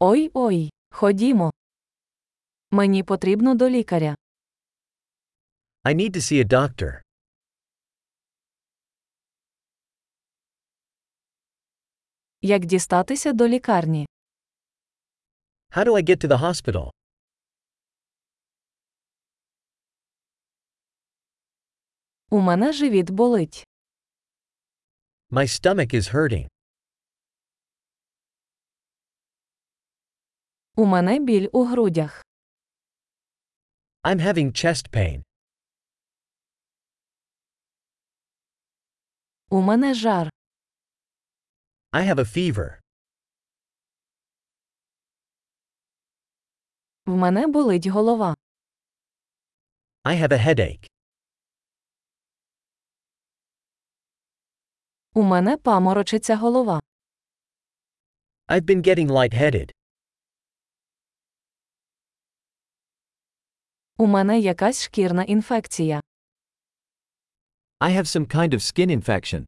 Ой ой, ходімо. Мені потрібно до лікаря. I need to see a doctor. Як дістатися до лікарні? How do I get to the hospital? У мене живіт болить. My stomach is hurting. У мене біль у грудях. I'm having chest pain. У мене жар. I have a fever. В мене болить голова. I have a headache. У мене паморочиться голова. I've been getting lightheaded. У мене якась шкірна інфекція. I have some kind of skin infection.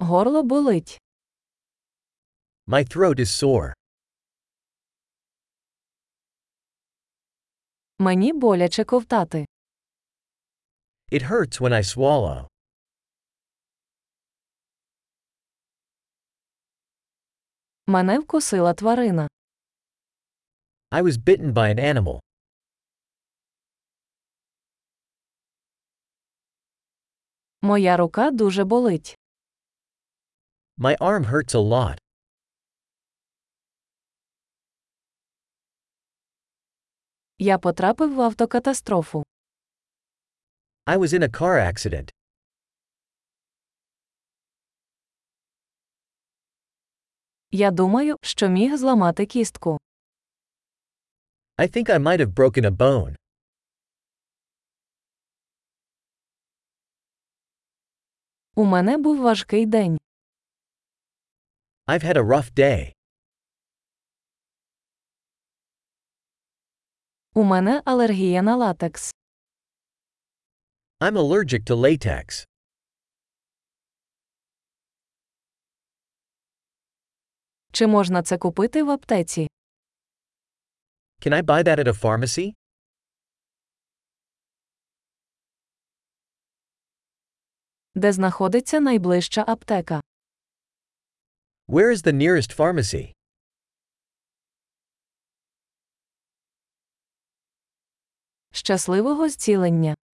Горло болить. My throat is sore. Мені боляче ковтати. It hurts when I swallow. Мене вкусила тварина. I was bitten by an animal. Моя рука дуже болить. My arm hurts a lot. Я потрапив в автокатастрофу. I was in a car accident. Я думаю, що міг зламати кістку. I think I might have broken a bone. У мене був важкий день. I've had a rough day. У мене алергія на латекс. I'm allergic to latex. Чи можна це купити в аптеці? Can I buy that at a pharmacy? Де знаходиться найближча аптека? Where is the nearest pharmacy? Щасливого зцілення!